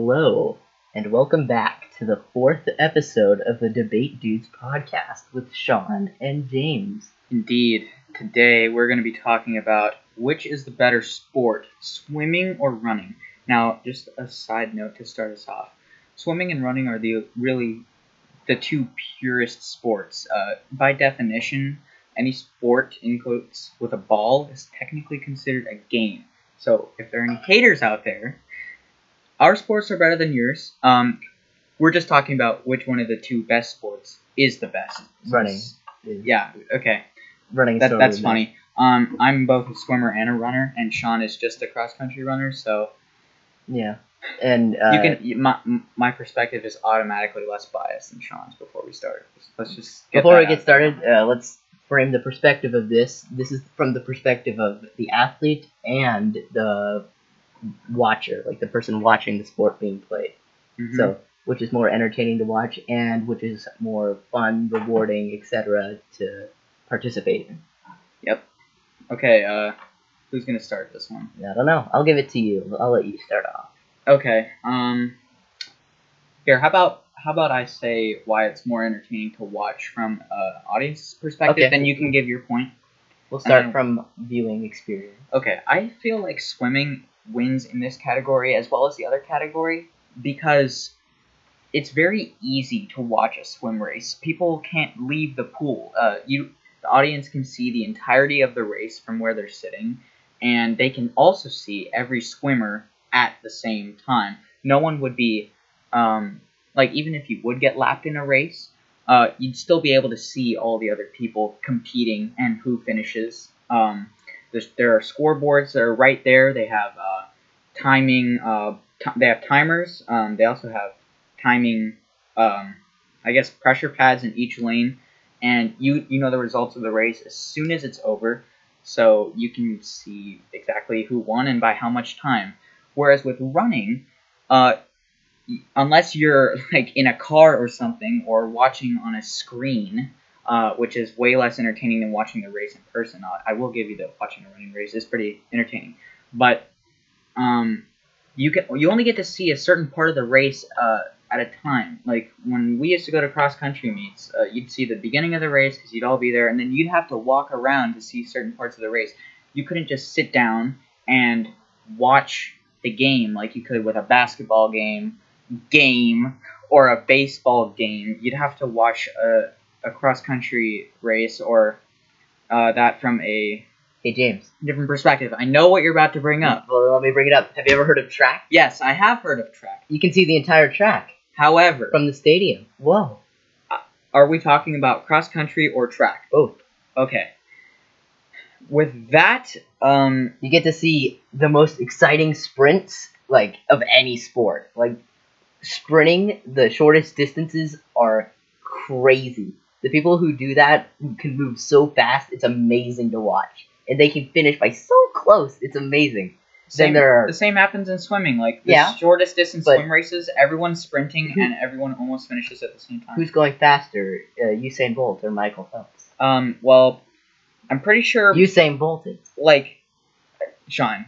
Hello, and welcome back to the fourth episode of the Debate Dudes podcast with Sean and James. Indeed. Today we're going to be talking about which is the better sport, swimming or running. Now, just a side note to start us off. Swimming and running are the really the two purest sports. Uh, by definition, any sport includes with a ball is technically considered a game. So, if there are any haters out there, our sports are better than yours. Um, we're just talking about which one of the two best sports is the best. Running. Yeah. Okay. Running. That, so that's we- funny. Um, I'm both a swimmer and a runner, and Sean is just a cross country runner. So Yeah, and uh, you can you, my my perspective is automatically less biased than Sean's. Before we start, let's just get before that we get out. started, uh, let's frame the perspective of this. This is from the perspective of the athlete and the watcher, like the person watching the sport being played. Mhm. So, which is more entertaining to watch and which is more fun, rewarding, etc. to participate in. yep. Okay. Uh, who's gonna start this one? I don't know. I'll give it to you. I'll let you start off. Okay. Um. Here, how about how about I say why it's more entertaining to watch from an audience perspective, Okay. then you can give your point. We'll start Okay. from viewing experience. Okay, I feel like swimming wins in this category as well as the other category because it's very easy to watch a swim race. People can't leave the pool. Uh, you, the audience can see the entirety of the race from where they're sitting, and they can also see every swimmer at the same time. No one would be, um, like, even if you would get lapped in a race, uh, you'd still be able to see all the other people competing and who finishes. Um, there's, there are scoreboards that are right there. They have uh, timing. Uh, ti they have timers. Um, they also have timing. Um, I guess pressure pads in each lane, and you you know the results of the race as soon as it's over, so you can see exactly who won and by how much time. Whereas with running, uh, y- unless you're like in a car or something or watching on a screen, uh, which is way less entertaining than watching the race in person. I, I will give you that watching a running race is pretty entertaining, but um, you can you only get to see a certain part of the race uh, at a time. Like when we used to go to cross country meets, uh, you'd see the beginning of the race because you'd all be there, and then you'd have to walk around to see certain parts of the race. You couldn't just sit down and watch the game like you could with a basketball game, game or a baseball game. You'd have to watch uh, a a cross country race or uh, that from a Hey James. different perspective. I know what you're about to bring up. Well, let me bring it up. Have you ever heard of track? Yes, I have heard of track. You can see the entire track However, from the stadium. Whoa. are we talking about cross country or track? Both. Okay. With that, um, You get to see the most exciting sprints like of any sport. Like sprinting, the shortest distances are crazy. The people who do that who can move so fast, it's amazing to watch. And they can finish by so close. It's amazing. same, there are- the same happens in swimming. Like the Yeah. shortest distance But- swim races, everyone's sprinting Who- and everyone almost finishes at the same time. Who's going faster, uh, Usain Bolt or Michael Phelps? Um, well, I'm pretty sure Usain Bolt is. like Sean,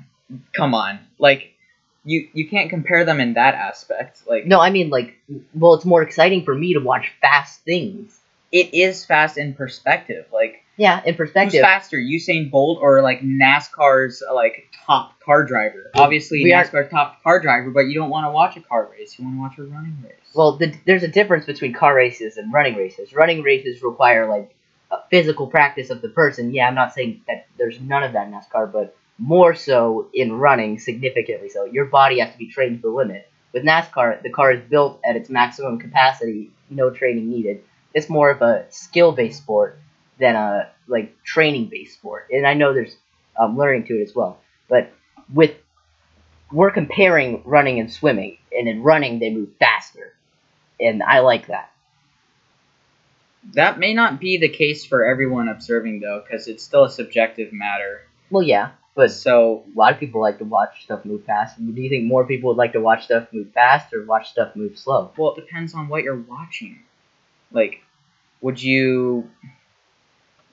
come on. Like you you can't compare them in that aspect. Like No, I mean like, well, it's more exciting for me to watch fast things. it is fast in perspective. Like Yeah, in who's perspective. faster, Usain Bolt or like NASCAR's uh, like top car driver? Obviously We aren't- NASCAR top car driver, but you don't want to watch a car race. You want to watch a running race. Well, the, there's a difference between car races and running races. Running races require like a physical practice of the person. Yeah, I'm not saying that there's none of that in NASCAR, but more so in running, significantly so. Your body has to be trained to the limit. With NASCAR, the car is built at its maximum capacity, no training needed. It's more of a skill-based sport than a like training-based sport. And I know there's um, learning to it as well, but with we're comparing running and swimming, and in running they move faster, and I like that. that may not be the case for everyone observing though, because it's still a subjective matter. Well, yeah, but So a lot of people like to watch stuff move fast. Do you think more people would like to watch stuff move fast or watch stuff move slow? Well, it depends on what you're watching. Like, would you?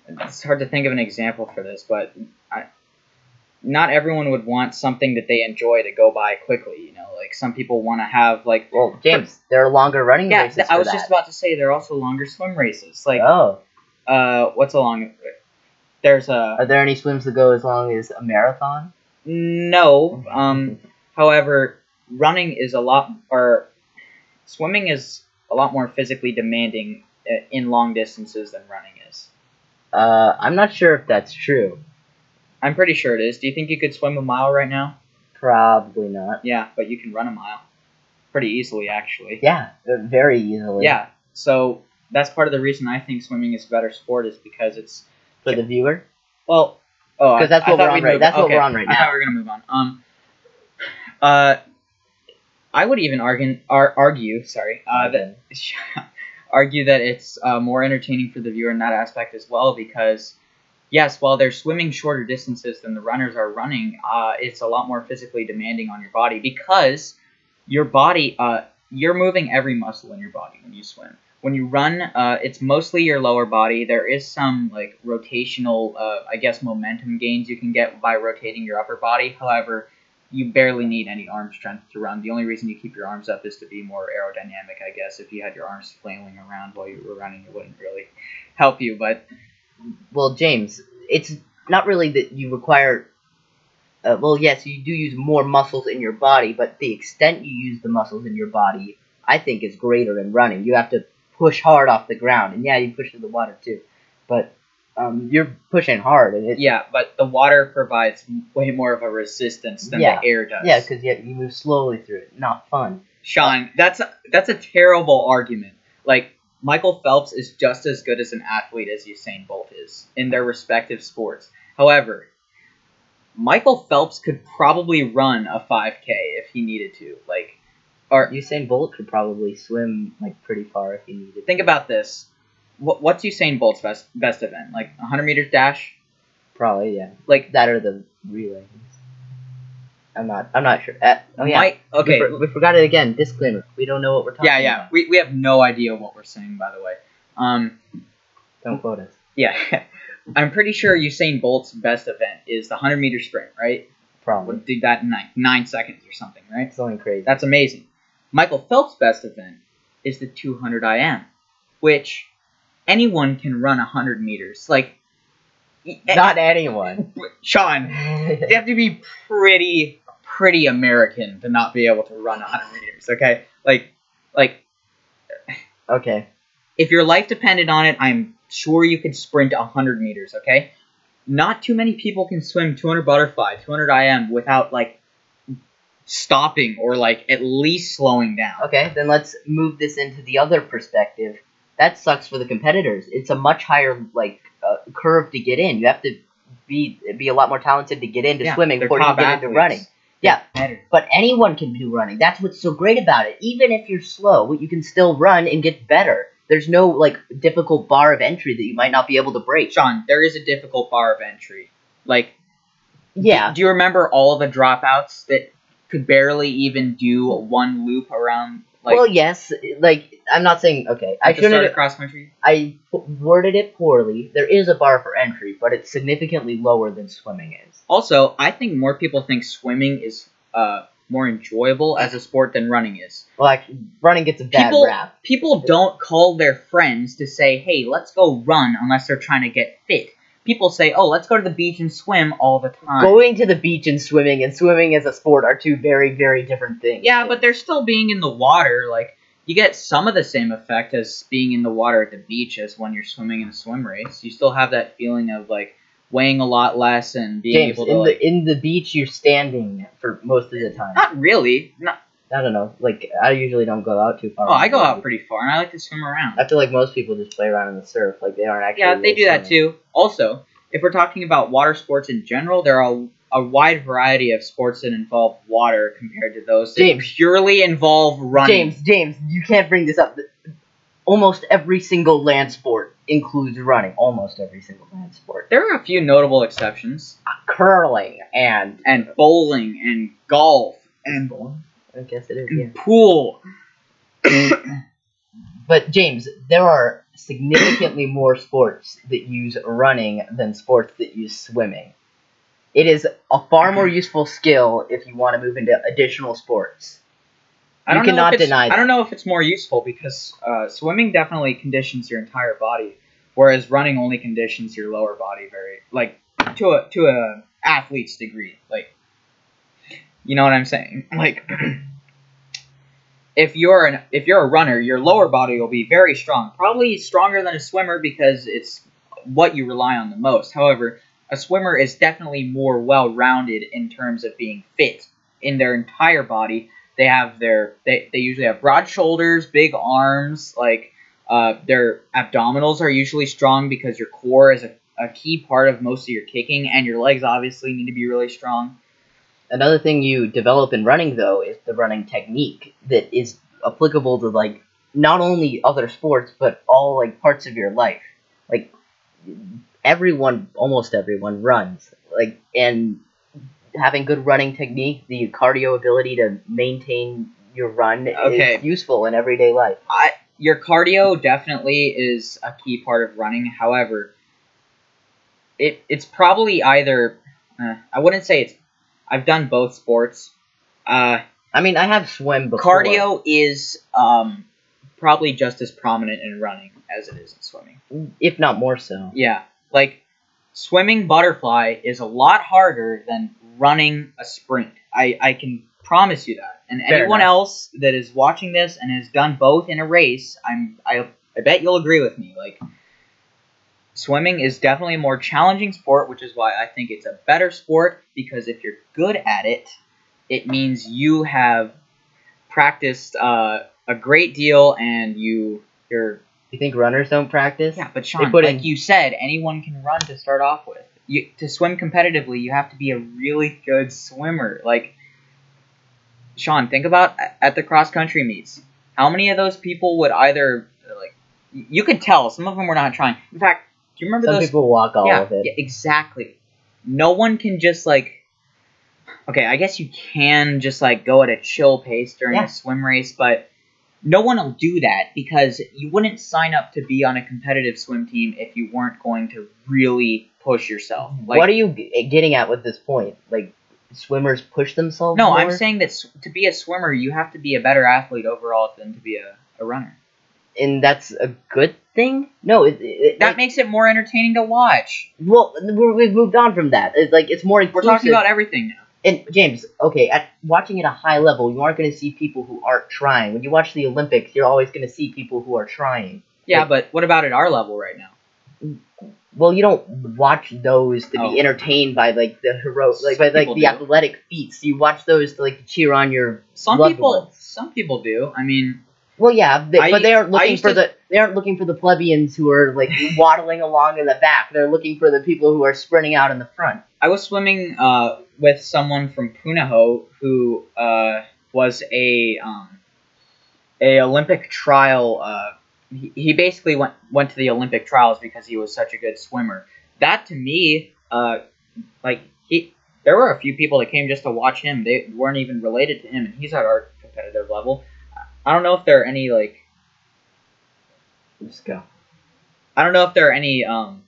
It's hard to think of an example for this, but I, not everyone would want something that they enjoy to go by quickly. You know, like some people want to have like Well, James, there are longer running yeah. races. th- for I was that. just about to say there are also longer swim races. Like oh, uh, what's along? There's a are there any swims that go as long as a marathon? no. Um, however, running is a lot or swimming is a lot more physically demanding uh, in long distances than running is. Uh, I'm not sure if that's true. I'm pretty sure it is. Do you think you could swim a mile right now? Probably not. Yeah, but you can run a mile pretty easily, actually. Yeah, very easily. Yeah. So that's part of the reason I think swimming is a better sport is because it's For the viewer. well. Oh, I- 'Cause that's I what thought we're on we'd right- move- that's what okay, we're on right I thought we were gonna move on. Um. Uh, I would even argue, ar- argue, sorry, uh, that argue that it's uh, more entertaining for the viewer in that aspect as well because yes while they're swimming shorter distances than the runners are running uh, it's a lot more physically demanding on your body because your body uh, you're moving every muscle in your body when you swim when you run uh, it's mostly your lower body there is some like rotational uh, i guess momentum gains you can get by rotating your upper body however you barely need any arm strength to run. The only reason you keep your arms up is to be more aerodynamic, I guess. If you had your arms flailing around while you were running, it wouldn't really help you. But Well, James, it's not really that you require. Uh, well, yes, you do use more muscles in your body, but the extent you use the muscles in your body, I think, is greater in running. You have to push hard off the ground, and yeah, you push through the water too, but um, you're pushing hard, and it, yeah, but the water provides m- way more of a resistance than Yeah. the air does. yeah, because you, you move slowly through it. Not fun. Sean, that's a, that's a terrible argument. Like Michael Phelps is just as good as an athlete as Usain Bolt is in their respective sports. However, Michael Phelps could probably run a 5K if he needed to. Like or Usain Bolt could probably swim like pretty far if he needed. think about this. What, what's Usain Bolt's best best event? Like 100 meters dash? probably yeah, Like that or the relays. I'm not. I'm not sure. Uh, oh yeah. might- okay. We, for- we forgot it again. Disclaimer: We don't know what we're talking yeah, yeah. about. We, we have no idea what we're saying, by the way. Um, Don't quote us. yeah. I'm pretty sure Usain Bolt's best event is the 100 meter sprint, right? Probably. Would do that in nine, nine seconds or something, right? It's only crazy. That's amazing. Michael Phelps' best event is the 200 IM, which anyone can run 100 meters. Like, e- Not anyone. Sean, you have to be pretty pretty American to not be able to run 100 meters. Okay, like like okay. if your life depended on it, I'm sure you could sprint 100 meters. Okay, not too many people can swim 200 butterfly, 200 IM without like stopping or like at least slowing down. Okay. Then let's move this into the other perspective. That sucks for the competitors. It's a much higher like uh, curve to get in. You have to be be a lot more talented to get into Yeah, swimming they're before you top get into athletes. running. Yeah. Better. But anyone can do running. That's what's so great about it. Even if you're slow, you can still run and get better. There's no like difficult bar of entry that you might not be able to break. Sean, there is a difficult bar of entry. Like Yeah. Do you remember all the dropouts that could barely even do one loop around like well, yes. Like I'm not saying okay. I e- at the start shouldn't. of cross country? I p- worded it poorly. There is a bar for entry, but it's significantly lower than swimming is. Also, I think more people think swimming is uh, more enjoyable as a sport than running is. Well, actually, running gets a bad People- rap. People don't call their friends to say, "Hey, let's go run," unless they're trying to get fit. People say, "Oh, let's go to the beach and swim all the time." Going to the beach and swimming and swimming as a sport are two very, very different things. yeah, but they're still being in the water. Like you get some of the same effect as being in the water at the beach as when you're swimming in a swim race. You still have that feeling of like weighing a lot less and being James, able in to the like, in the beach, you're standing for most of the time. not really. Not, I don't know. Like I usually don't go out too far. oh, I go out pretty far and I like to swim around. I feel like most people just play around in the surf, like they aren't actually. Yeah, they really do that swimming. too. Also, if we're talking about water sports in general, there are a wide variety of sports that involve water compared to those that James. purely involve running. James, James, you can't bring this up. Almost every single land sport includes running. Almost every single land sport. There are a few notable exceptions, Curling and and bowling and golf and I guess it is. Yeah. and pool. But James, there are significantly more sports that use running than sports that use swimming. It is a far more useful skill if you want to move into additional sports. I You don't know cannot if it's- deny I don't know if it's more useful because uh, swimming definitely conditions your entire body, whereas running only conditions your lower body very like to a to a athlete's degree. Like, you know what I'm saying? Like, if you're an if you're a runner, your lower body will be very strong, probably stronger than a swimmer because it's what you rely on the most. However, a swimmer is definitely more well rounded in terms of being fit in their entire body they have their they, they usually have broad shoulders big arms like uh, their abdominals are usually strong because your core is a, a key part of most of your kicking and your legs obviously need to be really strong Another thing you develop in running though is the running technique that is applicable to like not only other sports but all like parts of your life. Like everyone, almost everyone runs. Like and having good running technique, the cardio ability to maintain your run Okay. is useful in everyday life. I, your cardio definitely is a key part of running however it it's probably either uh, i wouldn't say it's i've done both sports uh, I mean, I have swim before. cardio is um, probably just as prominent in running as it is in swimming if not more so. Yeah, like swimming butterfly is a lot harder than running a sprint. I, I can promise you that. And Fair anyone enough. else that is watching this and has done both in a race, I'm I I bet you'll agree with me. Like swimming is definitely a more challenging sport, which is why I think it's a better sport because if you're good at it, it means you have practiced uh, a great deal and you you're You think runners don't practice? yeah, but Sean, put like in- you said, anyone can run to start off with. You, to swim competitively, you have to be a really good swimmer. Like, Sean, think about a- at the cross country meets. How many of those people would either like? y- You could tell some of them were not trying. In fact, do you remember Some those? people walk all yeah, of it. yeah, exactly. No one can just like. Okay, I guess you can just like go at a chill pace during Yeah. a swim race, but no one will do that because you wouldn't sign up to be on a competitive swim team if you weren't going to really push yourself. Like, Mm-hmm. what are you g- getting at with this point? Like swimmers push themselves. no, more? I'm saying that s- to be a swimmer, you have to be a better athlete overall than to be a, a runner. and that's a good thing. No, it, it, That it, makes it more entertaining to watch. well, we're, we've moved on from that. It's like it's more We're inclusive. talking about everything now. and James, okay, at watching at a high level, you aren't going to see people who aren't trying. When you watch the Olympics, you're always going to see people who are trying. Yeah, Like- but what about at our level right now? Well, you don't watch those to Oh. be entertained by like the heroic, like by Some like people the do. athletic feats. You watch those to like cheer on your. Some loved people, ones. some people do. I mean, Well, yeah, they, I- but they aren't I looking used for to- the they aren't looking for the plebeians who are like waddling along in the back. They're looking for the people who are sprinting out in the front. I was swimming uh, with someone from Punahou who uh, was a um, a Olympic trial. Uh, he, he basically went went to the Olympic trials because he was such a good swimmer. That to me, uh, like he, there were a few people that came just to watch him. They weren't even related to him, and he's at our competitive level. I don't know if there are any like Let's go. I don't know if there are any um,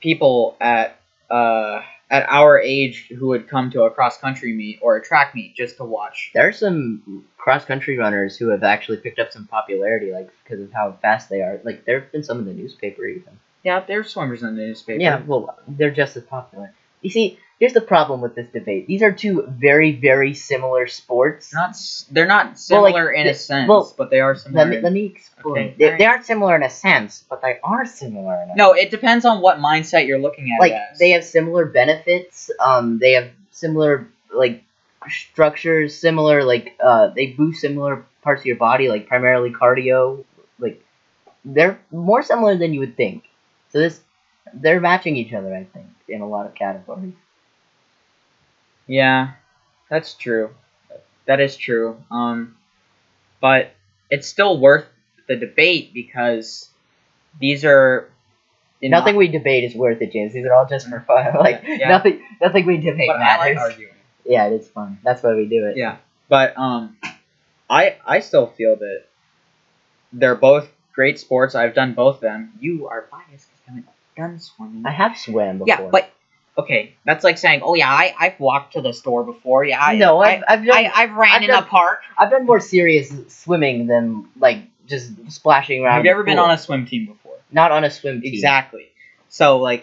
people at uh, at our age who would come to a cross country meet or a track meet just to watch. There are some cross country runners who have actually picked up some popularity, like because of how fast they are. Like there have been some in the newspaper even. Yeah, there's swimmers in the newspaper. Yeah, well, they're just as popular. You see, here's the problem with this debate. These are two very, very similar sports. not s- they're not Well, similar like, in yeah, a sense, well, but they are similar. let me in- let me explain. Okay, They, alright. they aren't similar in a sense, but they are similar in a no, it depends on what mindset you're looking at. like it as. they have similar benefits um they have similar like structures similar like uh they boost similar parts of your body like primarily cardio like they're more similar than you would think so this they're matching each other i think in a lot of categories Yeah, that's true. That is true. Um, but it's still worth the debate because these are in my- nothing we debate is worth it james these are all just for fun like Yeah. nothing nothing we debate but I like matters arguing. yeah it is fun that's why we do it Yeah, but um, I I still feel that they're both great sports. I've done both of them. You are biased because I haven't done swimming. i have swam before yeah, but okay, that's like saying, oh yeah, I I've walked to the store before. Yeah, I, no, I, I've, I've, done, I, I have ran I've in done- a park. I've done more serious swimming than like just splashing around. I've never been pool. on a swim team before. not on a swim team. Exactly. So like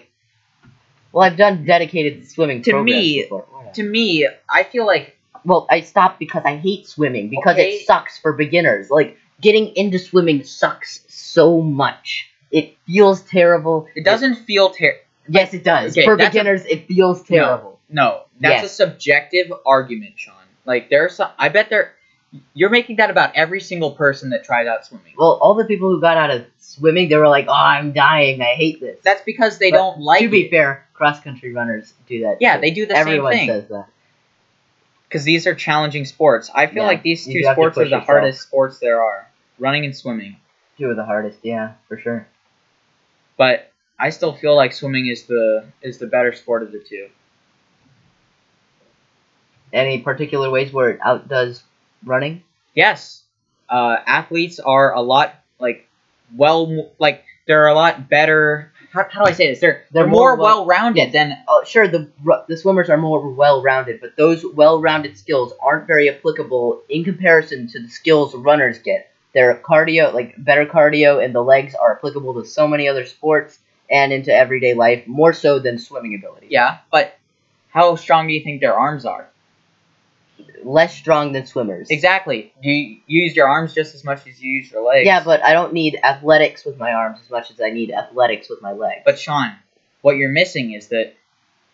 Well, I've done dedicated swimming To programs me- before. Whatever. to me, I feel like Well, I stopped because I hate swimming because Okay. it sucks for beginners. Like getting into swimming sucks so much. It feels terrible. it doesn't feel ter- Yes, it does. Okay, for that's a- beginners, it feels terrible. No, that's Yes. a subjective argument, Sean. Like there are some. I bet there. You're making that about every single person that tried out swimming. Well, all the people who got out of swimming, they were like, "Oh, I'm dying. I hate this." That's because they But don't like to be it. fair, cross country runners do that. Yeah, too. they do the Everyone same thing says that. because these are challenging sports. I feel Yeah, like these you two do have to sports are push the yourself. hardest sports there are: running and swimming. Two of the hardest, yeah, for sure. But I still feel like swimming is the is the better sport of the two. Any particular ways where it outdoes running? Yes, uh, athletes are a lot like well like they're a lot better. How, how do I say this? They're They're they're, more, more well- well-rounded than Oh, sure. The ru- the swimmers are more well-rounded, but those well-rounded skills aren't very applicable in comparison to the skills runners get. Their cardio, like better cardio, and the legs are applicable to so many other sports and into everyday life more so than swimming ability. Yeah, but how strong do you think their arms are? less strong than swimmers. Exactly. Do you use your arms just as much as you use your legs? Yeah, but I don't need athletics with my arms as much as I need athletics with my legs. But Sean, what you're missing is that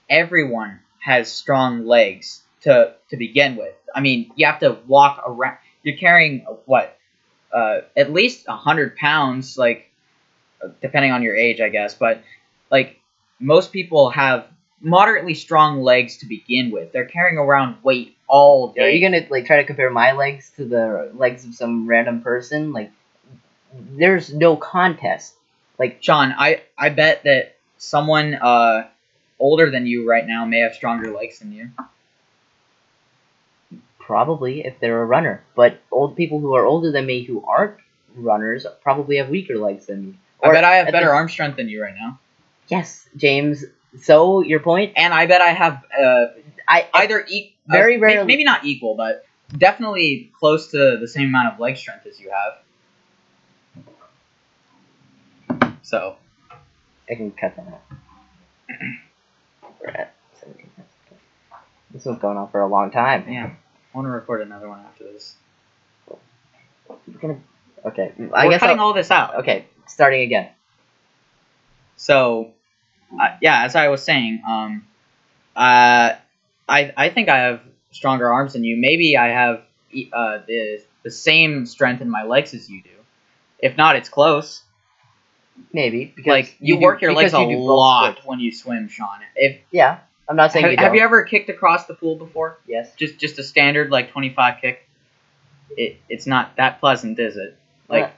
everyone has strong legs to to begin with. I mean, you have to walk around. You're carrying uh, what, uh, at least hundred pounds, like uh, depending on your age, I guess. But like most people have moderately strong legs to begin with. They're carrying around weight all day. Are you gonna like try to compare my legs to the legs of some random person? Like, there's no contest. Sean, I, I bet that someone uh, older than you right now may have stronger legs than you. Probably if they're a runner, but old people who are older than me who aren't runners probably have weaker legs than me. I bet I have at the- better arm strength than you right now. Yes, James. So your point? And I bet I have uh, I, I either e- uh, Very may- rarely- maybe not equal, but definitely close to the same amount of leg strength as you have. So, I can cut that out. We're at 17 minutes. This one's going on for a long time. yeah. I want to record another one after this. We're gonna. Okay, I We're guess. cutting I'll- all this out. okay, starting again. So, uh, yeah, as I was saying, um, uh, I I think I have stronger arms than you. Maybe I have e- uh, the the same strength in my legs as you do. If not, it's close. Maybe because Like you, do- work your legs because a you do both lot sports. when you swim, Sean. If Yeah, I'm not saying have, you have don't. you ever kicked across the pool before? yes, Just just a standard like twenty five kick. It it's not that pleasant, is it? Like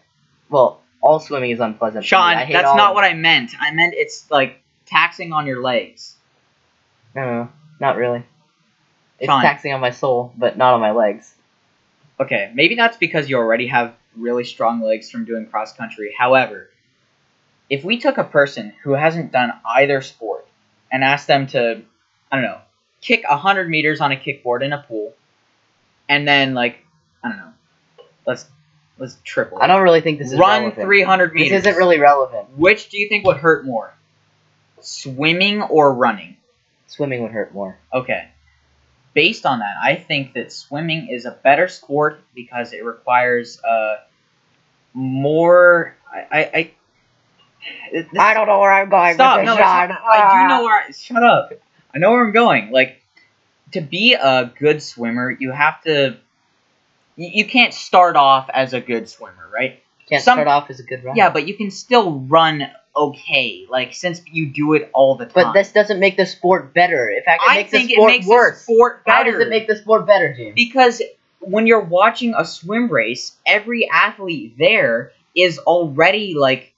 well, all swimming is unpleasant. Sean, that's not what I meant. I meant it's like taxing on your legs. I. No, no, not really. It's Sean. taxing on my soul, but not on my legs. Okay, maybe that's because you already have really strong legs from doing cross country. However, if we took a person who hasn't done either sport and asked them to, I don't know, kick 100 meters on a kickboard in a pool, and then, like, I don't know, let's let's triple. it. I don't really think this is Run relevant. 300 This meters. isn't really relevant. Which do you think would hurt more? Swimming or running? Swimming would hurt more. Okay. Based on that, I think that swimming is a better sport because it requires uh, more. I. I, I this- I don't know where I'm going Stop! with No, this, it's Sean. Ah. not, I do know where. I, shut up! I know where I'm going. Like, to be a good swimmer, you have to. You, you can't start off as a good swimmer, right? Can't some- start off as a good runner. Yeah, but you can still run okay. Like, since you do it all the time. but this doesn't make the sport better. In fact, it I makes think the sport it makes worse. the sport better. How does it make the sport better, James? because when you're watching a swim race, every athlete there is already like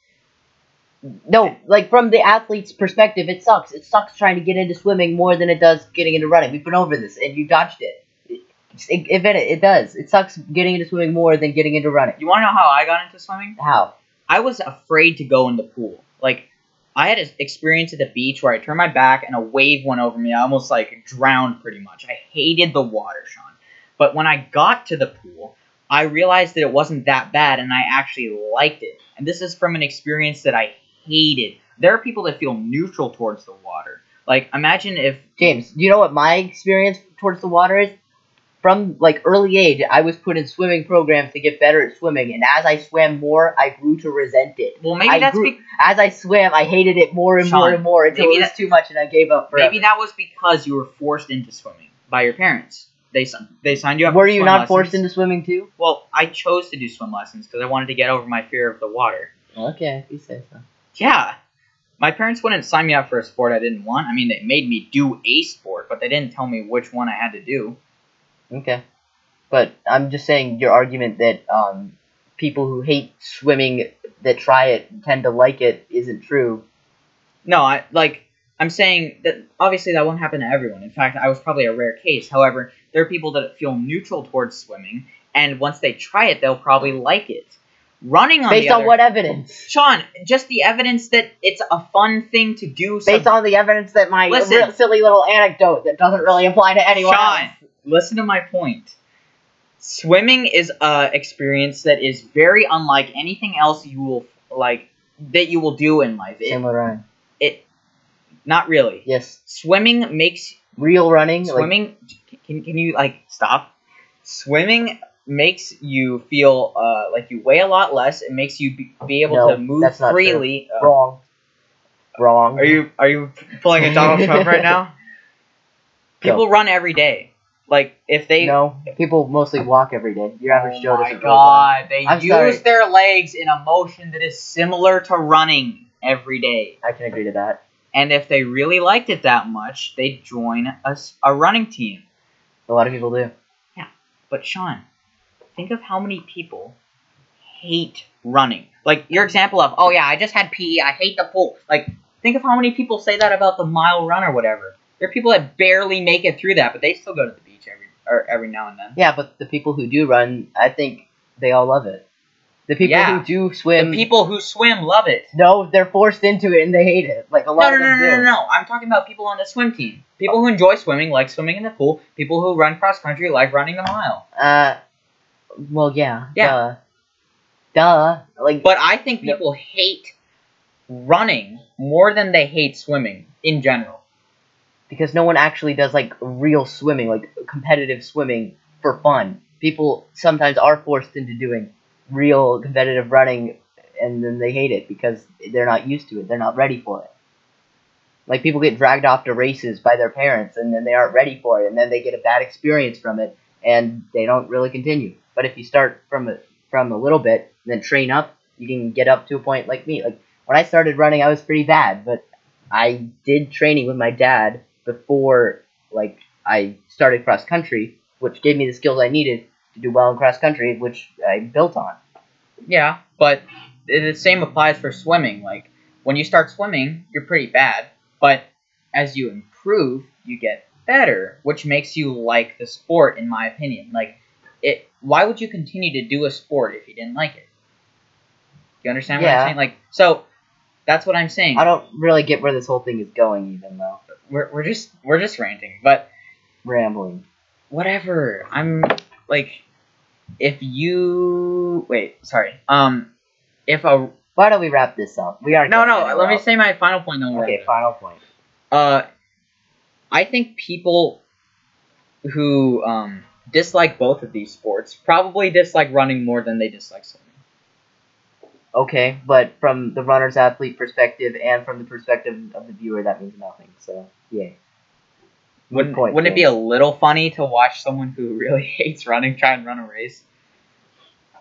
No, like from the athlete's perspective, it sucks. It sucks trying to get into swimming more than it does getting into running. We've been over this, and you dodged it. It, it, it, it does. It sucks getting into swimming more than getting into running. you want to know how I got into swimming? How? I was afraid to go in the pool. Like I had an experience at the beach where I turned my back and a wave went over me. I almost like drowned pretty much. I hated the water, Sean. But when I got to the pool, I realized that it wasn't that bad and I actually liked it. And this is from an experience that I hated. There are people that feel neutral towards the water. Like imagine if James, you know what my experience towards the water is? From like early age, I was put in swimming programs to get better at swimming, and as I swam more, I grew to resent it. well maybe I that's grew- be- As I swam, I hated it more and Sean, more and more until maybe it was that- too much, and I gave up. Forever. maybe that was because you were forced into swimming by your parents. They sign- they signed you up. Were for you swim not lessons. forced into swimming too? Well, I chose to do swim lessons because I wanted to get over my fear of the water. Okay, if you say so. Yeah. My parents wouldn't sign me up for a sport I didn't want. I mean, they made me do a sport, but they didn't tell me which one I had to do. Okay. But I'm just saying your argument that um, people who hate swimming that try it tend to like it isn't true. No, I like I'm saying that obviously that won't happen to everyone. In fact, I was probably a rare case. However, there are people that feel neutral towards swimming, and once they try it, they'll probably like it. Running on Based the on other- what evidence? Sean, just the evidence that it's a fun thing to do. Based on the evidence that my Listen. real silly little anecdote that doesn't really apply to anyone Sean, else. listen to my point. Swimming is a experience that is very unlike anything else you will like that you will do in life. It, Similar running. it not really. Yes. Swimming makes Real running. Like, swimming can, can you like stop swimming makes you feel uh, like you weigh a lot less it makes you be, be able No, to move that's not true. freely Uh, wrong. Wrong. are you are you pulling a donald trump right now people run every day like if they No. People mostly walk every day. Your average oh Joe my doesn't really run. god they I'm use sorry. their legs in a motion that is similar to running every day I can agree to that. and if they really liked it that much they'd join a s a a running team A lot of people do. But Sean, think of how many people hate running. Like your example of, oh yeah, I just had PE, I hate the pool. Like think of how many people say that about the mile run or whatever. There are people that barely make it through that, but they still go to the beach every or every now and then. Yeah, but the people who do run, I think they all love it. The people Yeah. who do The swim, people who swim love it. no, they're forced into it and they hate it. Like a No, lot no, of no, them no, do. no, no. I'm talking about people on the swim team. People who enjoy swimming like swimming in the pool. People who run cross country like running the mile. Uh, well, yeah, Yeah. duh, duh. Like, But I think people hate running more than they hate swimming in general. because no one actually does like real swimming, like competitive swimming for fun. People sometimes are forced into doing real competitive running, and then they hate it because they're not used to it. They're not ready for it. Like people get dragged off to races by their parents, and then they aren't ready for it, and then they get a bad experience from it, and they don't really continue. But if you start from a, from a little bit, then train up, you can get up to a point like me. Like when I started running, I was pretty bad, but I did training with my dad before like I started cross country, which gave me the skills I needed to do well in cross country, which I built on. Yeah, but the the same applies for swimming. Like when you start swimming, you're pretty bad, but as you improve, you get better, which makes you like the sport in my opinion. Like it why would you continue to do a sport if you didn't like it? You understand what Yeah. I'm saying? Like so that's what I'm saying. I don't really get where this whole thing is going, even though we're we're just we're just ranting, but rambling. whatever. I'm like if you wait, sorry. Um if a Why don't we wrap this up? We are No, going no. anywhere Let me else. say my final point. No, Okay, final point. Uh, I think people who um, dislike both of these sports probably dislike running more than they dislike swimming. Okay, but from the runner's athlete perspective and from the perspective of the viewer, that means nothing. So, yay. Good Wouldn't, point, wouldn't it be James. a little funny to watch someone who really hates running try and run a race?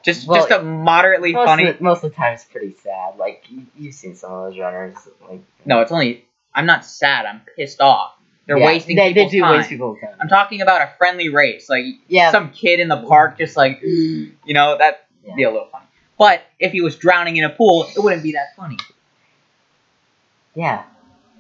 Just, Well, just a moderately most funny. Of the, most of the time, it's pretty sad. Like you, you've seen some of those runners. Like no, it's only. I'm not sad. I'm pissed off. They're Yeah, wasting They, they people's do time. waste people's time. I'm talking about a friendly race, like Yeah. Mm. some kid in the park, just like you know that yeah. be a little funny. But if he was drowning in a pool, it wouldn't be that funny. Yeah.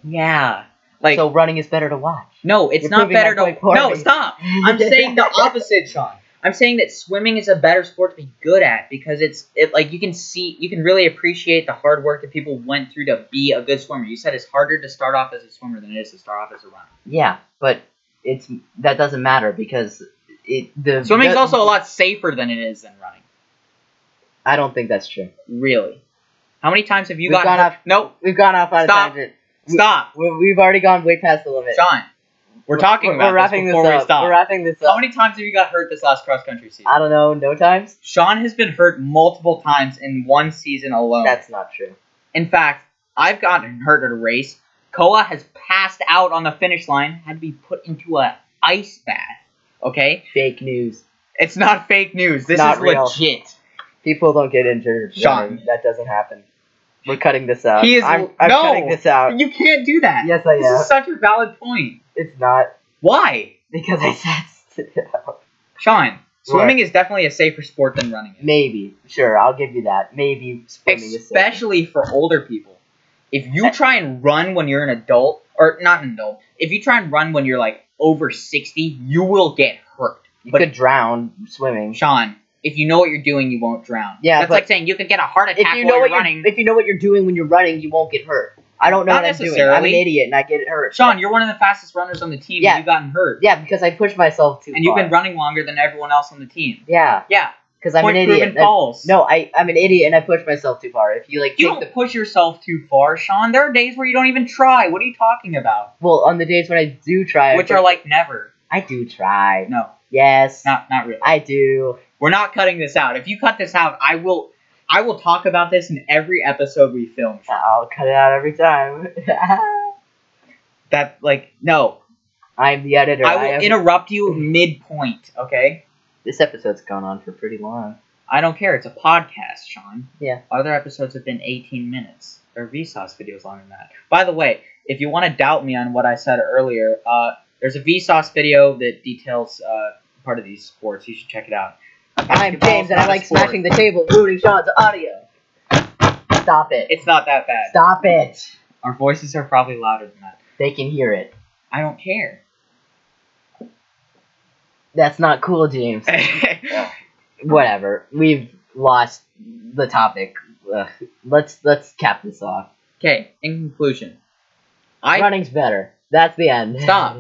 Yeah. Like so running is better to watch. no, it's You're not proving my better to point for No, me. stop. I'm saying the opposite, Sean. I'm saying that swimming is a better sport to be good at because it's it like you can see you can really appreciate the hard work that people went through to be a good swimmer. You said it's harder to start off as a swimmer than it is to start off as a runner. Yeah, but it's that doesn't matter because it the Swimming's the- also a lot safer than it is than running. I don't think that's true. Really. How many times have you We've gotten gone up- No, We've gone off on Stop. a tangent. stop. We- We've already gone way past the limit. Sean. We're talking we're about this wrapping before up. we stop. We're wrapping this How up. many times have you got hurt this last cross country season? I don't know. No times. Sean has been hurt multiple times in one season alone. That's not true. In fact, I've gotten hurt at a race. Koa has passed out on the finish line, had to be put into a ice bath. Okay, Fake news. it's not fake news. This Not is real. legit. People don't get injured. Sean. running. that doesn't happen. We're cutting this out. He is- I'm, I'm no. cutting this out. You can't do that. Yes, I this am. is such a valid point. It's not Why, because I said Sean? Swimming is definitely a safer sport than running, is. maybe. Sure, I'll give you that. Maybe swimming is safe. especially for older people. If you try and run when you're an adult, or not an adult, if you try and run when you're like over sixty, you will get hurt. You but- could drown swimming. Sean, if you know what you're doing, you won't drown. Yeah, that's but- like saying you could get a heart attack If you know while what you're running. you're, if you know what you're doing when you're running, you won't get hurt. I don't know Not what I'm doing. I'm an necessarily. idiot and I get hurt. Sean, you're one of the fastest runners on the team. Yeah. and you've gotten hurt, Yeah, because I push myself too and you've far. been running longer than everyone else on the team. Yeah, Yeah, because I'm point an proven idiot. That- falls. no, I I'm an idiot and I push myself too far. If you like you take don't the push yourself too far, Sean. There are days where you don't even try. What are you talking about? well on the days when I do try, I Which push- are like never. I do try. No, Yes, not not really. I do. We're not cutting this out. If you cut this out, I will. I will talk about this in every episode we film. Sean. I'll cut it out every time. That like no, I'm the editor. I I will have- interrupt you midpoint, okay? this episode's gone on for pretty long. I don't care. It's a podcast, Sean. Yeah. Other episodes have been 18 minutes. Or Vsauce videos longer than that. By the way, if you want to doubt me on what I said earlier, uh, there's a Vsauce video that details uh, part of these sports. You should check it out. I'm James, and I like Basketball's smashing the table, ruining Sean's audio. Stop it. It's not that bad. Stop it. Our voices are probably louder than that. They can hear it. I don't care. That's not cool, James. Whatever. We've lost the topic. Ugh. Let's let's cap this off. Okay, in conclusion, I Running's better. That's the end. Stop.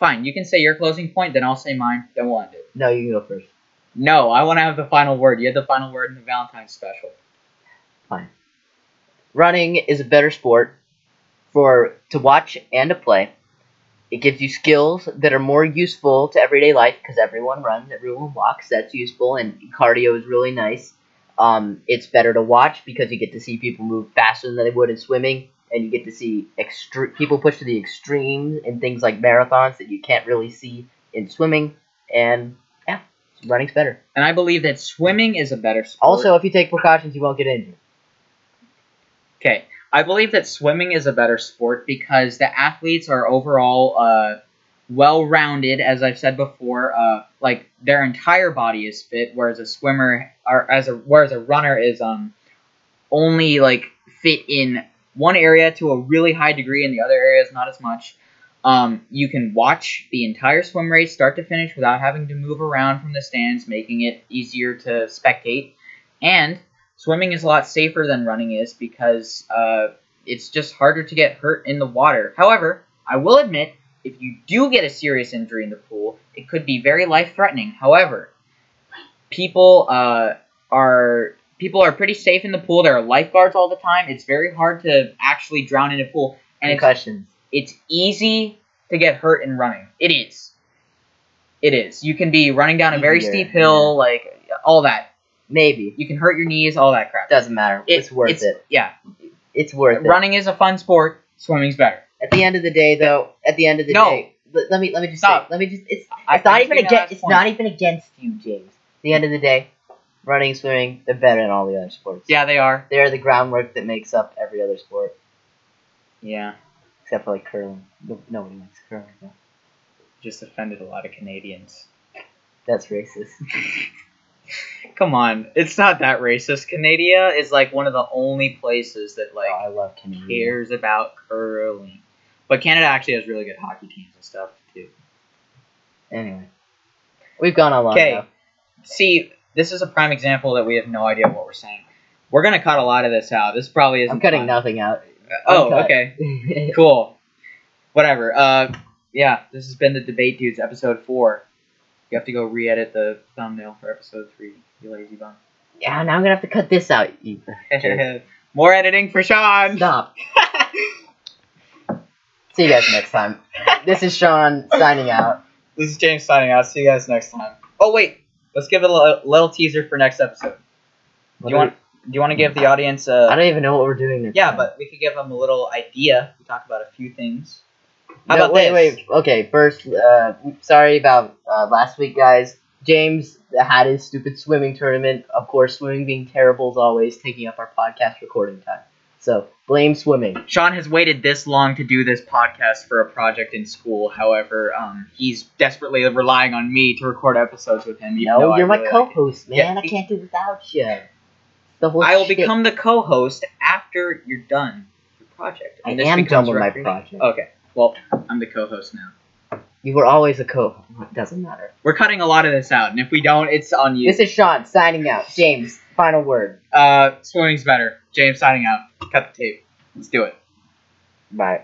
fine. You can say your closing point, then I'll say mine. Then we'll end it. no, you can go first. No, I want to have the final word. You had the final word in the Valentine's special. Running is a better sport for to watch and to play. It gives you skills that are more useful to everyday life because everyone runs, everyone walks. That's useful, and cardio is really nice. Um, it's better to watch because you get to see people move faster than they would in swimming, and you get to see extre- people push to the extremes in things like marathons that you can't really see in swimming. And yeah, running's better. And I believe that swimming is a better sport. Also, if you take precautions, you won't get injured. okay, I believe that swimming is a better sport because the athletes are overall uh, well rounded, as I've said before. Uh, like their entire body is fit, whereas a swimmer or as a whereas a runner is um only like fit in one area to a really high degree, and the other areas not as much. Um, you can watch the entire swim race start to finish without having to move around from the stands, making it easier to spectate. And swimming is a lot safer than running is because uh, it's just harder to get hurt in the water. However, I will admit, if you do get a serious injury in the pool, it could be very life threatening. However, people uh, are people are pretty safe in the pool. There are lifeguards all the time. It's very hard to actually drown in a pool, and it's Concussions. it's easy to get hurt in running. It is. It is. You can be running down a very Easier, steep hill, like all that. Maybe. You can hurt your knees, all that crap. Doesn't matter. It- it's worth it. Yeah. It's worth it. Running is a fun sport. Swimming's better. At the end of the day, though, at the end of the No. day, let, let me let me just Stop. say, let me just it's, I- it's not I even just gave my last against it's point. not even against you, James. At the end of the day, running, swimming, they're better than all the other sports. Yeah, they are. they're the groundwork that makes up every other sport Yeah. except for like curling. No- Nobody likes curling. though. Just offended a lot of Canadians. That's racist. Come on, it's not that racist. Canada is like one of the only places that Oh, I like love Canadian. cares about curling. But Canada actually has really good hockey teams and stuff too. Anyway, We've gone on long Okay. enough. See, this is a prime example that we have no idea what we're saying. We're gonna cut a lot of this out. This probably isn't. I'm cutting fun. nothing out. Oh, Uncut. okay. Cool. Whatever. Uh, yeah. This has been the debate dudes episode four. You have to go re-edit the thumbnail for episode three. You lazy bum. yeah, now I'm gonna have to cut this out. you- More editing for Sean. Stop. See you guys next time. This is Sean signing out. This is James signing out. See you guys next time. Oh wait, let's give it a little, little teaser for next episode. Do you want? Do you want to give the audience a? I don't even know what we're doing next. Yeah, time. but we could give them a little idea. We talked about a few things. How No, about wait, this? wait. Okay, first, uh, sorry about uh, last week, guys. James had his stupid swimming tournament. Of course, swimming being terrible as always, taking up our podcast recording time. So blame swimming. Sean has waited this long to do this podcast for a project in school. However, um, he's desperately relying on me to record episodes with him. even No, though I you're my really like it. co-host, man. Yeah. I can't do without you. The whole I will shtick. become the co-host after you're done with your project. I And this am done becomes with my recognition. project. Okay, well, I'm the co-host now. You were always a co. It doesn't matter. We're cutting a lot of this out, and if we don't, it's on you. This is Sean signing out. James, final word. uh, swimming's better. James signing out. Cut the tape. Let's do it. Bye.